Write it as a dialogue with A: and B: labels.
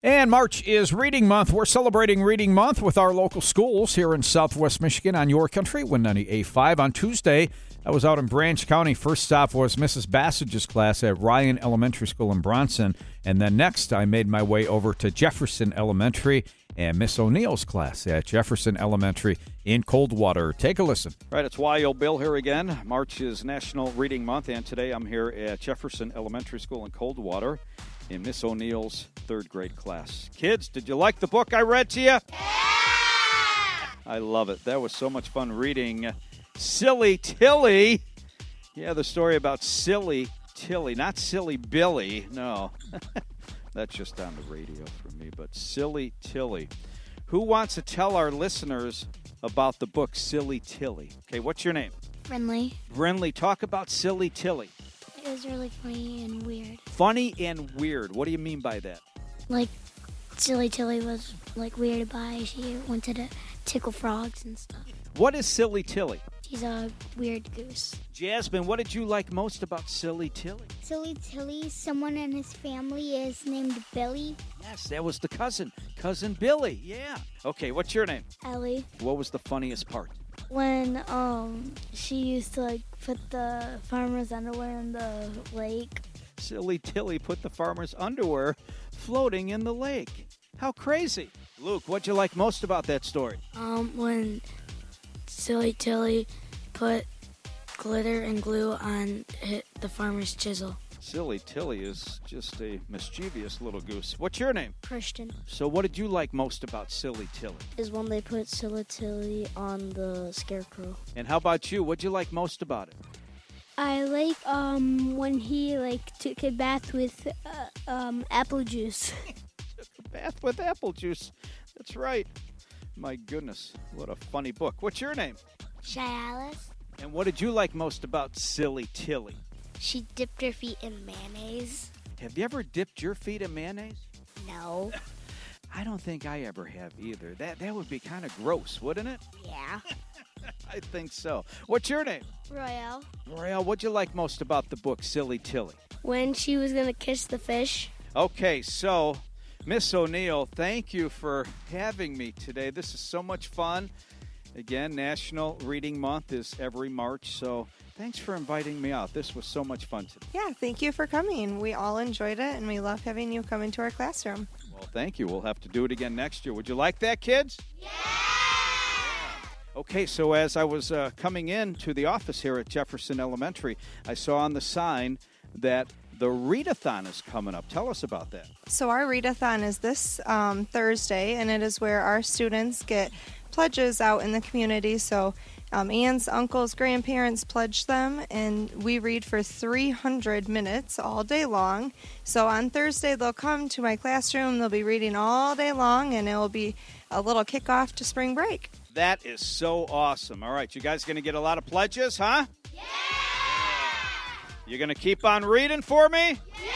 A: And March is Reading Month. We're celebrating Reading Month with our local schools here in Southwest Michigan on your country, 190A5. On Tuesday, I was out in Branch County. First stop was Mrs. Bassage's class at Ryan Elementary School in Bronson. And then next, I made my way over to Jefferson Elementary and Miss O'Neill's class at Jefferson Elementary in Coldwater. Take a listen.
B: Right, it's YO Bill here again. March is National Reading Month, and today I'm here at Jefferson Elementary School in Coldwater in Miss O'Neill's third grade class. Kids, did you like the book I read to you? Yeah! I love it. That was so much fun reading Silly Tilly. Yeah, the story about Silly Tilly, not Silly Billy. No, that's just on the radio for me, but Silly Tilly. Who wants to tell our listeners about the book Silly Tilly? Okay, what's your name?
C: Friendly.
B: Brinley, talk about Silly Tilly.
C: It was really funny and weird.
B: Funny and weird. What do you mean by that?
C: Like, Silly Tilly was like weirded by. She wanted to tickle frogs and stuff.
B: What is Silly Tilly?
C: She's a weird goose.
B: Jasmine, what did you like most about Silly Tilly?
D: Silly Tilly, someone in his family is named Billy.
B: Yes, that was the cousin. Cousin Billy, yeah. Okay, what's your name?
D: Ellie.
B: What was the funniest part?
E: when um she used to like put the farmer's underwear in the lake.
B: Silly Tilly put the farmer's underwear floating in the lake. How crazy. Luke, what'd you like most about that story?
F: Um, when Silly Tilly put glitter and glue on hit the farmer's chisel.
B: Silly Tilly is just a mischievous little goose. What's your name?
G: Christian.
B: So, what did you like most about Silly Tilly?
H: Is when they put Silly Tilly on the scarecrow.
B: And how about you? What'd you like most about it?
I: I like um when he like took a bath with uh, um apple juice.
B: took a bath with apple juice. That's right. My goodness, what a funny book. What's your name?
J: Shy Alice.
B: And what did you like most about Silly Tilly?
J: She dipped her feet in mayonnaise.
B: Have you ever dipped your feet in mayonnaise?
J: No.
B: I don't think I ever have either. That that would be kind of gross, wouldn't it?
J: Yeah.
B: I think so. What's your name?
K: Royale.
B: Royale, what'd you like most about the book Silly Tilly?
K: When she was gonna kiss the fish.
B: Okay, so Miss O'Neill, thank you for having me today. This is so much fun. Again, National Reading Month is every March, so thanks for inviting me out. This was so much fun today.
L: Yeah, thank you for coming. We all enjoyed it, and we love having you come into our classroom.
B: Well, thank you. We'll have to do it again next year. Would you like that, kids?
J: Yeah!
B: Okay, so as I was uh, coming in to the office here at Jefferson Elementary, I saw on the sign that the readathon is coming up. Tell us about that.
L: So, our readathon is this um, Thursday, and it is where our students get pledges out in the community. So, um, Anne's uncles, grandparents pledge them, and we read for 300 minutes all day long. So on Thursday, they'll come to my classroom, they'll be reading all day long, and it will be a little kickoff to spring break.
B: That is so awesome. All right, you guys going to get a lot of pledges, huh? Yeah! You're going to keep on reading for me?
J: Yeah!